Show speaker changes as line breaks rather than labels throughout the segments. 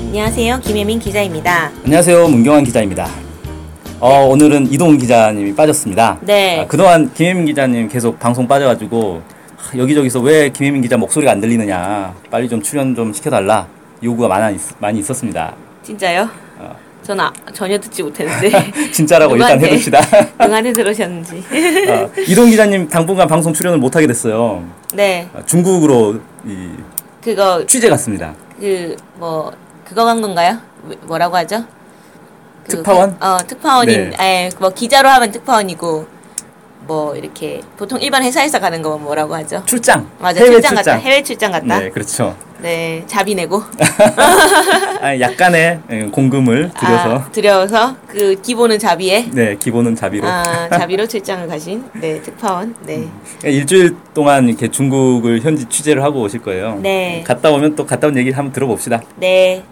안녕하세요. 김혜민 기자입니다.
안녕하세요. 문경환 기자입니다. 어, 오늘은 이동훈 기자님이 빠졌습니다.
네.
아, 그동안 김혜민 기자님 계속 방송 빠져가지고 하, 여기저기서 왜 김혜민 기자 목소리가 안 들리느냐 빨리 좀 출연 좀 시켜달라 요구가 많아, 있- 많이 있었습니다.
진짜요?
어.
전 아, 전혀 듣지 못했는데
진짜라고 일단
누구한테?
해둡시다.
응안에 들으셨는지.
아, 이동훈 기자님 당분간 방송 출연을 못하게 됐어요.
네.
아, 중국으로 이,
그거
취재 갔습니다.
그 뭐 그거 간 건가요? 왜- 뭐라고 하죠? 그-
특파원?
어 특파원인. 에, 뭐 기자로 하면 특파원이고 뭐 이렇게 보통 일반 회사에서 가는 거 뭐라고 하죠?
출장.
맞아
해외
출장 갔다 해외 출장 갔다
네, 그렇죠.
네, 자비 내고
아, 약간의 예, 공금을 들여서
아, 들여서 그 기본은 자비에
네 기본은 자비로.
아 자비로 출장을 가신 네 특파원 네
그러니까 일주일 동안 이렇게 중국을 현지 취재를 하고 오실 거예요.
네.
갔다 오면 또 갔다 온 얘기 한번 들어봅시다.
네.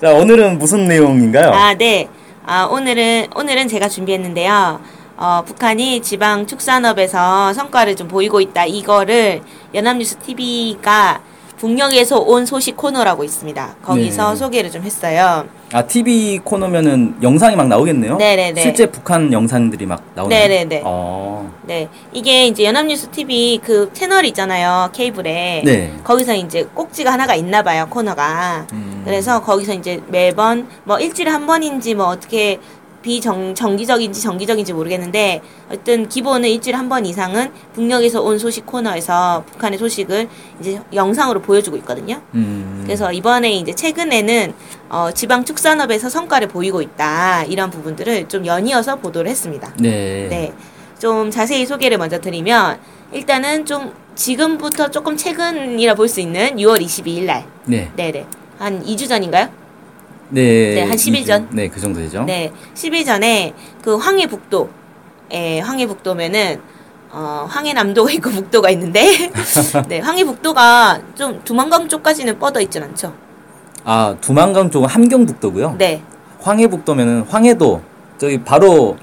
자, 오늘은 무슨 내용인가요?
아, 네. 아, 오늘은, 오늘은 제가 준비했는데요. 어, 북한이 지방 축산업에서 성과를 좀 보이고 있다. 이거를 연합뉴스 TV가 북녘에서 온 소식 코너라고 있습니다. 거기서
네.
소개를 좀 했어요.
아, TV 코너면은 영상이 막 나오겠네요.
네네네.
실제 북한 영상들이 막 나오나요?
네네네.
어.
네. 이게 이제 연합뉴스 TV 그 채널 있잖아요. 케이블에.
네.
거기서 이제 꼭지가 하나가 있나 봐요. 코너가. 그래서 거기서 이제 매번 뭐 일주일에 한 번인지 뭐 어떻게 비정 정기적인지 정기적인지 모르겠는데 어떤 기본은 일주일에 한 번 이상은 북녘에서 온 소식 코너에서 북한의 소식을 이제 영상으로 보여주고 있거든요.
음.
그래서 이번에 이제 최근에는 어 지방 축산업에서 성과를 보이고 있다 이런 부분들을 좀 연이어서 보도를 했습니다.
네.
네. 좀 자세히 소개를 먼저 드리면 일단은 좀 지금부터 조금 최근이라 볼 수 있는 6월 22일 날.
네.
네네. 한 2주 전인가요?
네.
네, 한 10일 전?
이주. 네, 그 정도 되죠.
네. 10일 전에 그 황해북도. 에, 황해북도면은 어, 황해남도가 있고 북도가 있는데 네, 황해북도가 좀 두만강 쪽까지는 뻗어 있진 않죠.
아, 두만강 쪽은 함경북도고요.
네.
황해북도면은 황해도 저기 바로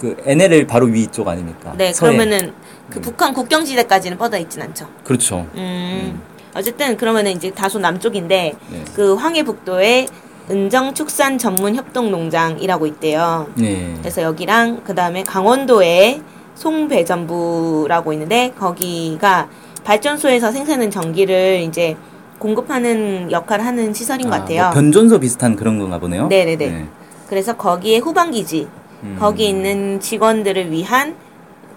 그 NLL 바로 위 쪽 아닙니까?
네.
서해.
그러면은 그
음.
북한 국경지대까지는 뻗어 있진 않죠.
그렇죠.
음. 어쨌든 그러면은 이제 다소 남쪽인데
네.
그 황해북도에 은정축산 전문 협동농장이라고 있대요.
네.
그래서 여기랑 그 다음에 강원도에 송배전부라고 있는데 거기가 발전소에서 생산한 전기를 이제 공급하는 역할을 하는 시설인 것 같아요.
뭐 변전소 비슷한 그런 건가 보네요.
네네네. 그래서 거기에 후방기지,
음.
거기 있는 직원들을 위한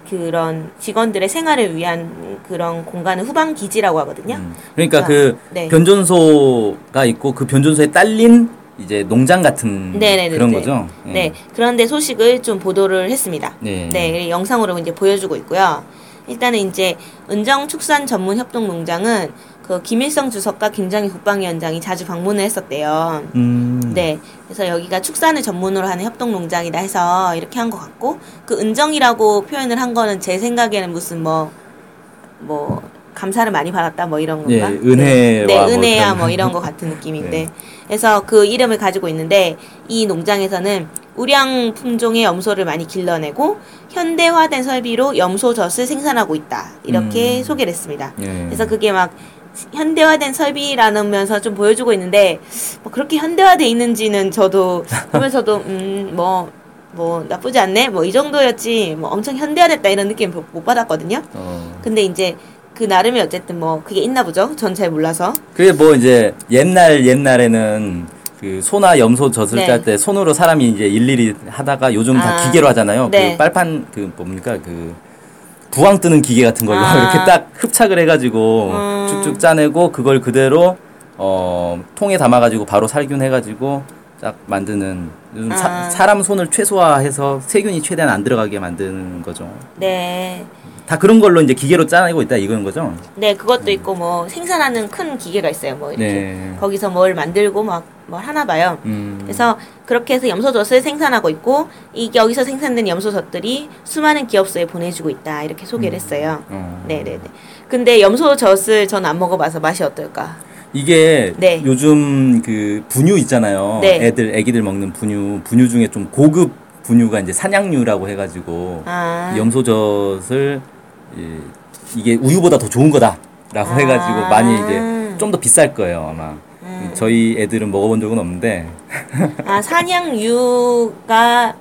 그런 직원들의 생활을 위한 그런 공간을 후방기지라고 하거든요.
음. 그러니까
자,
그
네.
변전소가 있고 그 변전소에 딸린 이제 농장 같은
네네네.
그런 거죠. 예.
네. 그런데 소식을 좀 보도를 했습니다.
네.
네, 영상으로 이제 보여주고 있고요. 일단은 이제 은정 축산 전문 협동 농장은 그 김일성 주석과 김정희 국방위원장이 자주 방문을 했었대요.
음.
네, 그래서 여기가 축산을 전문으로 하는 협동 농장이다 해서 이렇게 한 것 같고 그 은정이라고 표현을 한 거는 제 생각에는 무슨 뭐 뭐 감사를 많이 받았다 뭐 이런 건가?
예,
네,
은혜와 뭐
은혜야
그런-
뭐 이런 것 같은 느낌인데
네.
그래서 그 이름을 가지고 있는데 이 농장에서는 우량 품종의 염소를 많이 길러내고 현대화된 설비로 염소 젖을 생산하고 있다 이렇게
음.
소개를 했습니다.
예.
그래서 그게 막 현대화된 설비라면서 좀 보여주고 있는데 뭐 그렇게 현대화돼 있는지는 저도 보면서도 음뭐뭐 나쁘지 않네 뭐 이 정도였지 뭐 엄청 현대화됐다 이런 느낌 못 받았거든요.
어.
근데 이제 그 나름의 어쨌든 뭐 그게 있나 보죠. 전 잘 몰라서.
그게 뭐 이제 옛날 옛날에는 그 소나 염소 젖을
네.
짤 때 손으로 사람이 이제 일일이 하다가 요즘
아.
다 기계로 하잖아요.
네.
그 빨판 그 뭡니까 그 부황 뜨는 기계 같은 걸로
아.
이렇게 딱 흡착을 해가지고
음.
쭉쭉 짜내고 그걸 그대로 어 통에 담아가지고 바로 살균해가지고 딱 만드는 요즘
아.
사, 사람 손을 최소화해서 세균이 최대한 안 들어가게 만드는 거죠.
네.
다 그런 걸로 이제 기계로 짜내고 있다 이거인 거죠.
네, 그것도 있고 뭐 생산하는 큰 기계가 있어요. 뭐 이렇게
음. 네.
거기서 뭘 만들고 막 뭘 하나 봐요.
음.
그래서 그렇게 해서 염소젖을 생산하고 있고 이 여기서 생산된 염소젖들이 수많은 기업소에 보내주고 있다 이렇게 소개를 했어요.
어.
네네네. 근데 염소젖을 전 안 먹어봐서 맛이 어떨까?
이게
네.
요즘 그 분유 있잖아요.
네.
애들 아기들 먹는 분유 분유 중에 좀 고급 분유가 이제 산양유라고 해가지고
아,
염소젖을 이- 이게 우유보다 더 좋은 거다라고
아.
해가지고 많이 이제 좀 더 비쌀 거예요 아마.
음.
저희 애들은 먹어본 적은 없는데
아 산양유가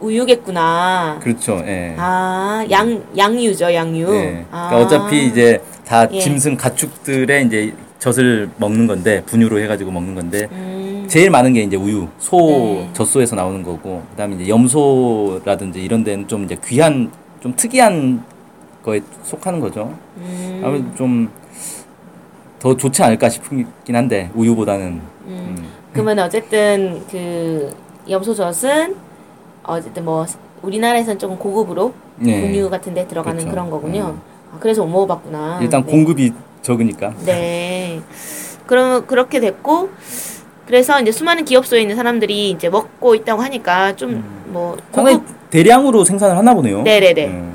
우유겠구나.
그렇죠. 예.
아, 양, 양유죠, 양유.
예.
아.
그러니까 어차피 이제 다
예.
짐승 가축들의 이제 젖을 먹는 건데 분유로 해가지고 먹는 건데
음,
제일 많은 게 이제 우유, 소
네.
젖소에서 나오는 거고 그다음에 이제 염소라든지 이런 데는 좀 이제 귀한 좀 특이한 거에 속하는 거죠.
음,
아무래도 좀 더 좋지 않을까 싶긴 한데 우유보다는
음. 그러면 어쨌든 그 염소젖은 어쨌든 뭐 우리나라에서는 조금 고급으로
예.
분유 같은 데 들어가는
그렇죠.
그런 거군요. 아, 그래서 못 먹어봤구나.
일단
네.
공급이 적으니까
네. 그럼 그렇게 됐고 그래서 이제 수많은 기업소에 있는 사람들이 이제 먹고 있다고 하니까 좀
음.
뭐
상당히
고급
대량으로 생산을 하나 보네요.
네네네.
음.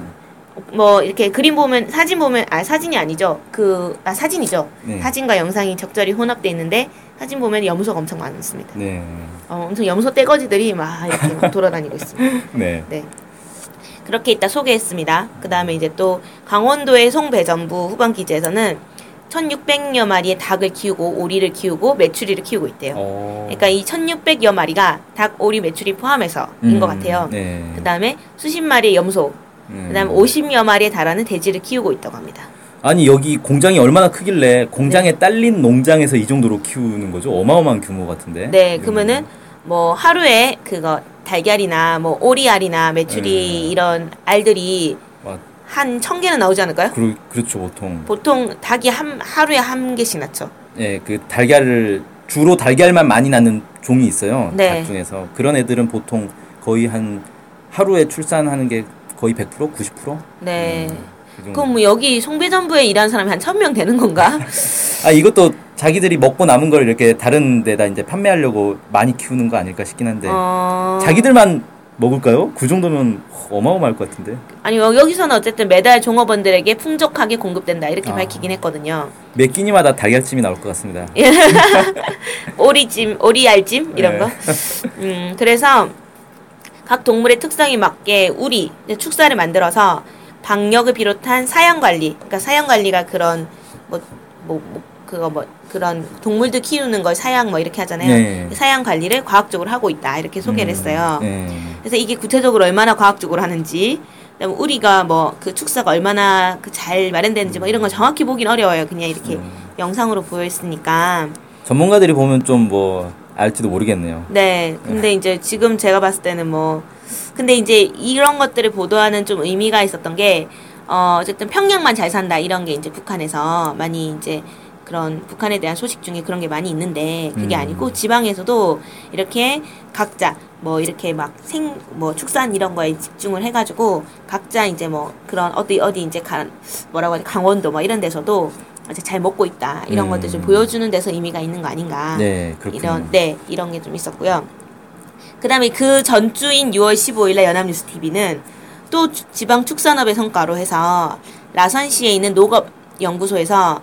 뭐 이렇게 그림 보면 사진 보면 아 사진이 아니죠 그 아 사진이죠
네.
사진과 영상이 적절히 혼합돼 있는데 사진 보면 염소가 엄청 많습니다
네.
어, 엄청 염소 떼거지들이 막 이렇게 막 돌아다니고 있습니다
네.
네 그렇게 이따 소개했습니다 그 다음에 이제 또 강원도의 송배전부 후반 기지에서는 1600여 마리의 닭을 키우고 오리를 키우고 메추리를 키우고 있대요
어.
그러니까 이 1600여 마리가 닭 오리 메추리 포함해서인
음,
것 같아요
네.
그 다음에 수십 마리의 염소 그 다음에
음.
50여 마리에 달하는 돼지를 키우고 있다고 합니다.
아니 여기 공장이 얼마나
네.
크길래 공장에 딸린 농장에서 이 정도로 키우는 거죠? 어마어마한 규모 같은데.
네,
음.
그러면은 뭐 하루에 그거 달걀이나 뭐 오리알이나 메추리
음.
이런 알들이
와,
한 천 개는 나오지 않을까요?
그러, 그렇죠 보통.
보통 닭이 한 하루에 한 개씩 낳죠.
예, 그 달걀을 주로 달걀만 많이 낳는 종이 있어요.
네.
닭 중에서 그런 애들은 보통 거의 한 하루에 출산하는 게 거의 100% 90%.
네.
그 정도.
그럼 뭐 여기 송배전부에 일하는 사람이 한 천 명 되는 건가?
아 이것도 자기들이 먹고 남은 걸 이렇게 다른 데다 이제 판매하려고 많이 키우는 거 아닐까 싶긴 한데
어...
네. 자기들만 먹을까요? 그 정도면 어마어마할 것 같은데.
아니 뭐 여- 여기서는 어쨌든 매달 종업원들에게 풍족하게 공급된다 이렇게
아.
밝히긴 했거든요.
매 끼니마다 달걀찜이 나올 것 같습니다.
오리찜, 오리알찜 이런
네.
거. 음, 그래서 각 동물의 특성에 맞게 우리 이제 축사를 만들어서 방역을 비롯한 사양 관리, 그러니까 사양 관리가 그런 뭐, 뭐, 뭐 그거 뭐 그런 동물들 키우는 걸 사양 뭐 이렇게 하잖아요.
네.
사양 관리를 과학적으로 하고 있다 이렇게 소개를
음,
했어요.
네.
그래서 이게 구체적으로 얼마나 과학적으로 하는지, 그다음에 우리가 뭐 그 축사가 얼마나 그 잘 마련되는지 뭐 이런 걸 정확히 보긴 어려워요. 그냥 이렇게 영상으로 보여 있으니까.
전문가들이 보면 좀 뭐 알지도 그렇죠. 모르겠네요.
네. 근데 이제 지금 제가 봤을 때는 뭐 근데 이제 이런 것들을 보도하는 좀 의미가 있었던 게 어, 어쨌든 평양만 잘 산다 이런 게 이제 북한에서 많이 이제 그런 북한에 대한 소식 중에 그런 게 많이 있는데 그게
음.
아니고 지방에서도 이렇게 각자 뭐 이렇게 막 생 뭐 축산 이런 거에 집중을 해가지고 각자 이제 뭐 그런 어디 어디 이제 간 뭐라고 하지 강원도 뭐 이런 데서도 이제 잘 먹고 있다 이런
음.
것들 좀 보여주는 데서 의미가 있는 거 아닌가
네, 그렇군요.
이런 네 이런 게 좀 있었고요. 그다음에 그 전주인 6월 15일날 연합뉴스 TV는 또 주- 지방 축산업의 성과로 해서 라선시에 있는 농업 연구소에서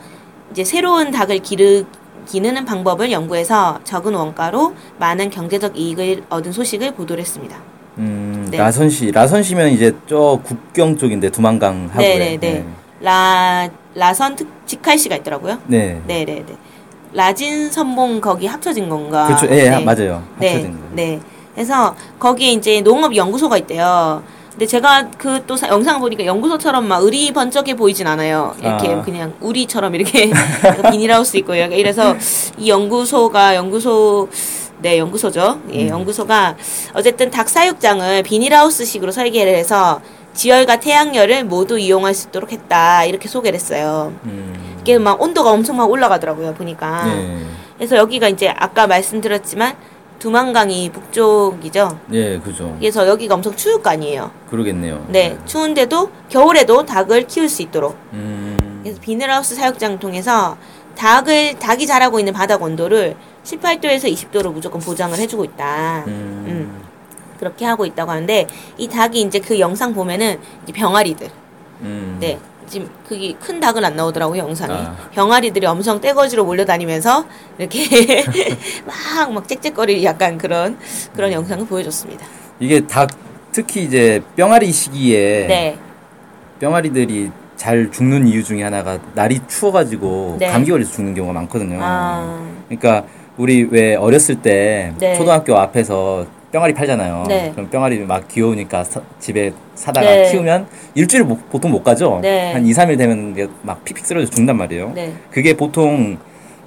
이제 새로운 닭을 기르기는 방법을 연구해서 적은 원가로 많은 경제적 이익을 얻은 소식을 보도를 했습니다.
음,
네.
라선시, 라선시면 이제 저 국경 쪽인데 두만강 하구에.
네, 네, 네. 라 라선 특 직할시가 있더라고요.
네.
네, 네, 네. 라진 선봉 거기 합쳐진 건가?
그렇죠. 예,
네.
맞아요.
네,
합쳐진 거.
네. 그래서 거기에 이제 농업연구소가 있대요. 근데 제가 그 또 영상 보니까 연구소처럼 막 의리 번쩍해 보이진 않아요. 이렇게
아.
그냥 우리처럼 이렇게 비닐하우스 있고 이렇게 이래서 이 연구소가 연구소 네 연구소죠.
음.
예, 연구소가 어쨌든 닭 사육장을 비닐하우스식으로 설계를 해서 지열과 태양열을 모두 이용할 수 있도록 했다 이렇게 소개를 했어요.
음,
이게 막 온도가 엄청 막 올라가더라고요 보니까.
네.
그래서 여기가 이제 아까 말씀드렸지만 두만강이 북쪽이죠.
예, 그죠.
그래서 여기가 엄청 추울 거 아니에요.
그러겠네요.
네, 추운데도 겨울에도 닭을 키울 수 있도록.
음,
예. 그래서 비닐하우스 사육장 을 통해서 닭을 닭이 자라고 있는 바닥 온도를 18도에서 20도로 무조건 보장을 해주고 있다. 음. 그렇게 하고 있다고 하는데 이 닭이 이제 그 영상 보면은 이제 병아리들
음.
네. 지금 그게 큰 닭은 안 나오더라고요 영상이
아.
병아리들이 엄청 떼거지로 몰려다니면서 이렇게 막막 짹짹거리 약간 그런 그런
음.
영상을 보여줬습니다.
이게 닭 특히 이제 뿅아리 시기에
네,
뿅아리들이 잘 죽는 이유 중에 하나가 날이 추워가지고
네.
감기 걸려서 죽는 경우가 많거든요.
아,
그러니까 우리 왜 어렸을 때
네.
초등학교 앞에서 뿅아리 팔잖아요.
네.
그럼 뿅아리 막 귀여우니까 사- 집에 사다가
네.
키우면 일주일 못- 보통 못 가죠.
네.
한 2, 3일 되면 이게 막 픽픽 쓰러져 죽는단 말이에요.
네,
그게 보통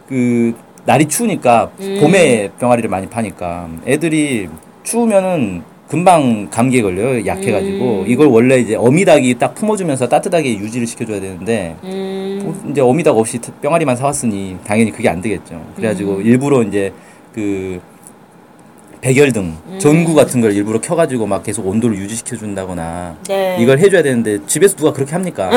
그 날이 추우니까
음.
봄에 병아리를 많이 파니까 애들이 추우면은 금방 감기에 걸려요 약해가지고
음.
이걸 원래 이제 어미닭이 딱 품어주면서 따뜻하게 유지를 시켜줘야 되는데
음,
뭐 이제 어미닭 없이 트- 병아리만 사왔으니 당연히 그게 안 되겠죠 그래가지고
음.
일부러 이제 그 백열등
음.
전구 같은 걸 일부러 켜가지고 막 계속 온도를 유지시켜준다거나
네. 음.
이걸 해줘야 되는데 집에서 누가 그렇게 합니까?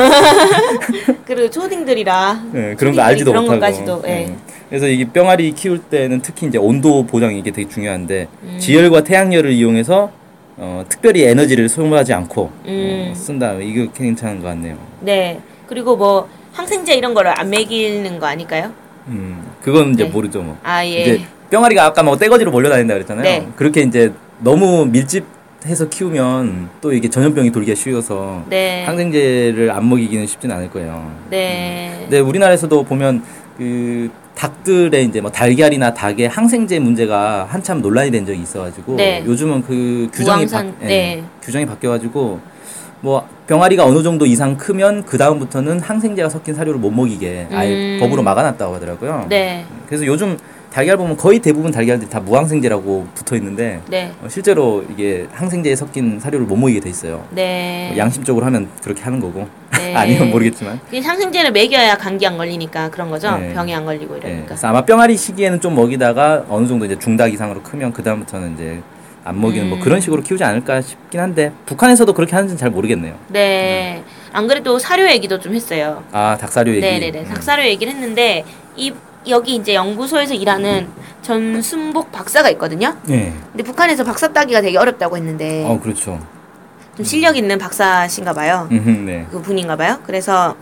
그리고 초딩들이라
예, 그런 거 알지도
그런
못하고. 음.
것까지도, 예.
그래서 이게 뿅아리 키울 때는 특히 이제 온도 보장이 이게 되게 중요한데
음.
지열과 태양열을 이용해서 어, 특별히 에너지를 소모하지 않고
음.
어, 쓴다. 이거 괜찮은 것 같네요.
네 그리고 뭐 항생제 이런 거를 안 먹이는 거 아닐까요?
음, 그건 이제
네.
모르죠. 뭐.
아 예,
이제 뿅아리가 아까 뭐 떼거지로 몰려다닌다 그랬잖아요.
네.
그렇게 이제 너무 밀집해서 키우면 또 이게 전염병이 돌기가 쉬워서
네,
항생제를 안 먹이기는 쉽진 않을 거예요.
네,
근데 우리나라에서도 보면 그 닭들의 이제 뭐 달걀이나 닭의 항생제 문제가 한참 논란이 된 적이 있어가지고
네.
요즘은 그 규정이 바,
우왕산,
예,
네.
규정이 바뀌어가지고 뭐 병아리가 어느 정도 이상 크면 그 다음부터는 항생제가 섞인 사료를 못 먹이게 아예
음.
법으로 막아놨다고 하더라고요.
네,
그래서 요즘 달걀 보면 거의 대부분 달걀들이 다 무항생제라고 붙어 있는데
네,
어, 실제로 이게 항생제에 섞인 사료를 못 먹이게 돼 있어요.
네.
양심적으로 하면 그렇게 하는 거고
네.
아니면 모르겠지만.
그게 항생제를 먹여야 감기 안 걸리니까 그런 거죠.
네.
병이 안 걸리고
예,
이러니까.
그래서 아마 뿅아리 시기에는 좀 먹이다가 어느 정도 이제 중닭 이상으로 크면 그 다음부터는 이제 안 먹이는 뭐
음.
그런 식으로 키우지 않을까 싶긴 한데 북한에서도 그렇게 하는지는 잘 모르겠네요.
네. 안 그래도 사료 얘기도 좀 했어요.
아 닭사료 얘기.
네네네. 닭사료 얘기를 했는데 이 여기 이제 연구소에서 일하는 전순복 박사가 있거든요.
음. 예.
근데 북한에서 박사 따기가 되게 어렵다고 했는데
어 그렇죠.
좀 실력 있는 박사신가 봐요.
음, 네.
그 분인가 봐요. 그래서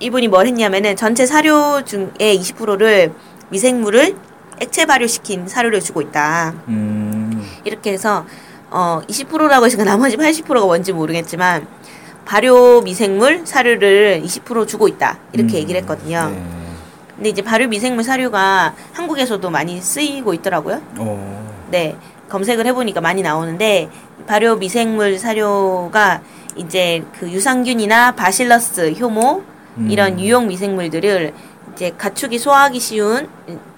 이분이 뭘 했냐면은 전체 사료 중에 20%를 미생물을 액체 발효시킨 사료를 주고 있다.
음.
이렇게 해서 어 20%라고 했으니까 나머지 80%가 뭔지 모르겠지만 발효 미생물 사료를 20% 주고 있다 이렇게
음,
얘기를 했거든요.
네.
근데 이제 발효 미생물 사료가 한국에서도 많이 쓰이고 있더라고요.
어.
네 검색을 해보니까 많이 나오는데 발효 미생물 사료가 이제 그 유산균이나 바실러스, 효모
음.
이런 유용 미생물들을 이제 가축이 소화하기 쉬운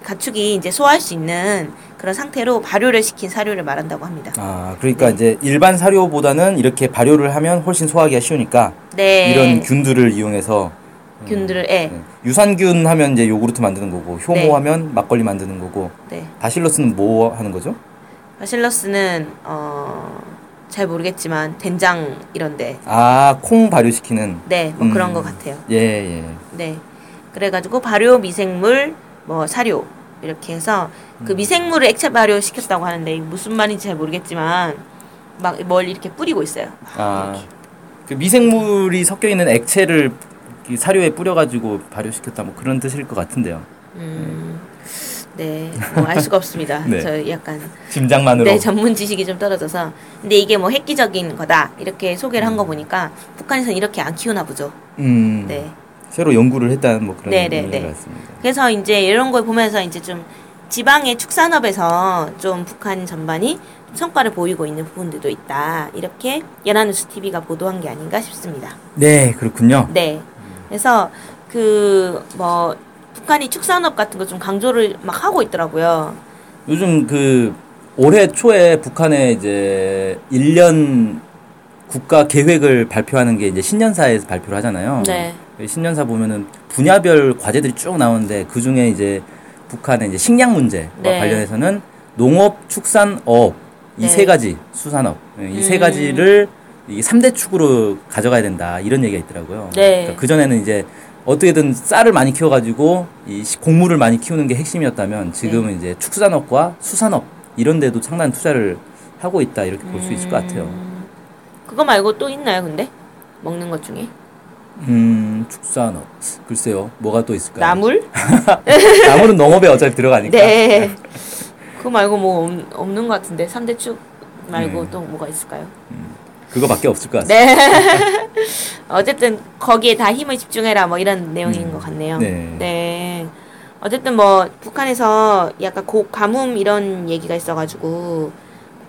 가축이 이제 소화할 수 있는 그런 상태로 발효를 시킨 사료를 말한다고 합니다.
아 그러니까 이제 일반 사료보다는 이렇게 발효를 하면 훨씬 소화하기가 쉬우니까
네.
이런 균들을 이용해서
균들을 예.
예. 유산균 하면 이제 요구르트 만드는 거고 효모
네.
하면 막걸리 만드는 거고
네.
바실러스는 뭐 하는 거죠?
바실러스는 어, 어잘 모르겠지만 된장 이런데
아, 콩 발효시키는.
네, 뭐
음.
그런 것 같아요.
예, 예.
네. 그래가지고 발효 미생물 뭐 사료 이렇게 해서
음.
그 미생물을 액체 발효 시켰다고 하는데 이게 무슨 말인지 잘 모르겠지만 막 뭘 이렇게 뿌리고 있어요.
아, 그 미생물이 섞여 있는 액체를 이 사료에 뿌려가지고 발효시켰다, 뭐 그런 뜻일 것 같은데요.
음, 네, 뭐 알 수가 없습니다.
네.
저 약간
짐작만으로.
네 전문 지식이 좀 떨어져서 근데 이게 뭐 획기적인 거다 이렇게 소개를 한 거 보니까 북한에서는 이렇게 안 키우나 보죠.
음,
네.
새로 연구를 했다는 뭐 그런
네, 네,
의미인
네.
것 같습니다.
그래서 이제 이런 걸 보면서 이제 좀 지방의 축산업에서 좀 북한 전반이 성과를 보이고 있는 부분들도 있다. 이렇게 연합뉴스 TV가 보도한 게 아닌가 싶습니다.
네, 그렇군요.
네. 그래서 그 뭐 북한이 축산업 같은 거 좀 강조를 막 하고 있더라고요.
요즘 그 올해 초에 북한의 이제 1년 국가 계획을 발표하는 게 이제 신년사에서 발표를 하잖아요.
네.
신년사 보면은 분야별 과제들이 쭉 나오는데 그 중에 이제 북한의 이제 식량 문제와
네.
관련해서는 농업, 축산, 어업
네.
이 세 가지 수산업 네, 이 세
음.
가지를 이 3대 축으로 가져가야 된다 이런 얘기가 있더라고요. 그러니까
네.
그 전에는 이제 어떻게든 쌀을 많이 키워가지고 이 시- 곡물을 많이 키우는 게 핵심이었다면
네.
지금은 이제 축산업과 수산업 이런 데도 상당한 투자를 하고 있다 이렇게 볼 수 있을 것 같아요.
음. 그거 말고 또 있나요, 근데? 먹는 것 중에?
음, 축산업. 글쎄요, 뭐가 또 있을까요?
나물?
나물은 농업에 어차피 들어가니까.
네. 그거 말고 뭐 없- 없는 것 같은데. 삼대축 말고
음.
또 뭐가 있을까요?
그거밖에 없을 것 같습니다.
네. 어쨌든 거기에 다 힘을 집중해라 뭐 이런 내용인 것 같네요.
네.
네. 어쨌든 뭐 북한에서 약간 고 가뭄 이런 얘기가 있어가지고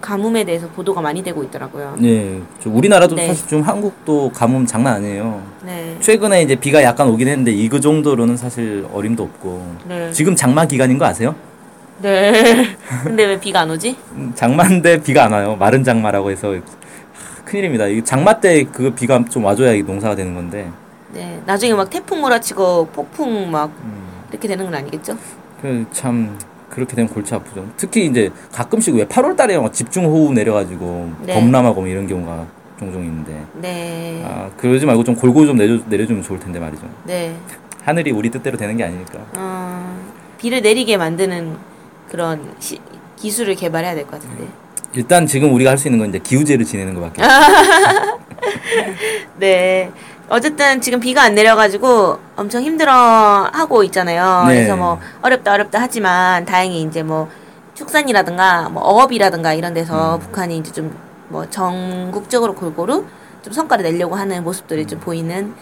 가뭄에 대해서 보도가 많이 되고 있더라고요.
예, 저 우리나라도
네.
사실 좀 한국도 가뭄 장난 아니에요.
네.
최근에 이제 비가 약간 오긴 했는데 이거 정도로는 사실 어림도 없고
네.
지금 장마 기간인 거 아세요?
네. 근데 왜 비가 안 오지?
음, 장마인데 비가 안 와요. 마른 장마라고 해서 하, 큰일입니다. 이 장마 때 그 비가 좀 와줘야 이 농사가 되는 건데
네. 나중에 막 태풍 몰아치고 폭풍 막 이렇게 되는 건 아니겠죠?
그참 그렇게 되면 골치 아프죠. 특히 이제 가끔씩 왜 8월달에 막 집중호우 내려가지고
네.
범람하고 뭐 이런 경우가 종종 있는데
네.
아 그러지 말고 좀 골고루 좀 내려, 내려주면 좋을 텐데 말이죠.
네.
하늘이 우리 뜻대로 되는 게 아니니까.
어, 비를 내리게 만드는 그런 시- 기술을 개발해야 될 것 같은데.
네. 일단 지금 우리가 할 수 있는 건 이제 기우제를 지내는 것밖에.
네. 어쨌든 지금 비가 안 내려가지고 엄청 힘들어 하고 있잖아요.
네.
그래서 뭐 어렵다 어렵다 하지만 다행히 이제 뭐 축산이라든가 뭐 어업이라든가 이런 데서
음.
북한이 이제 좀 뭐 전국적으로 골고루 좀 성과를 내려고 하는 모습들이 좀 보이는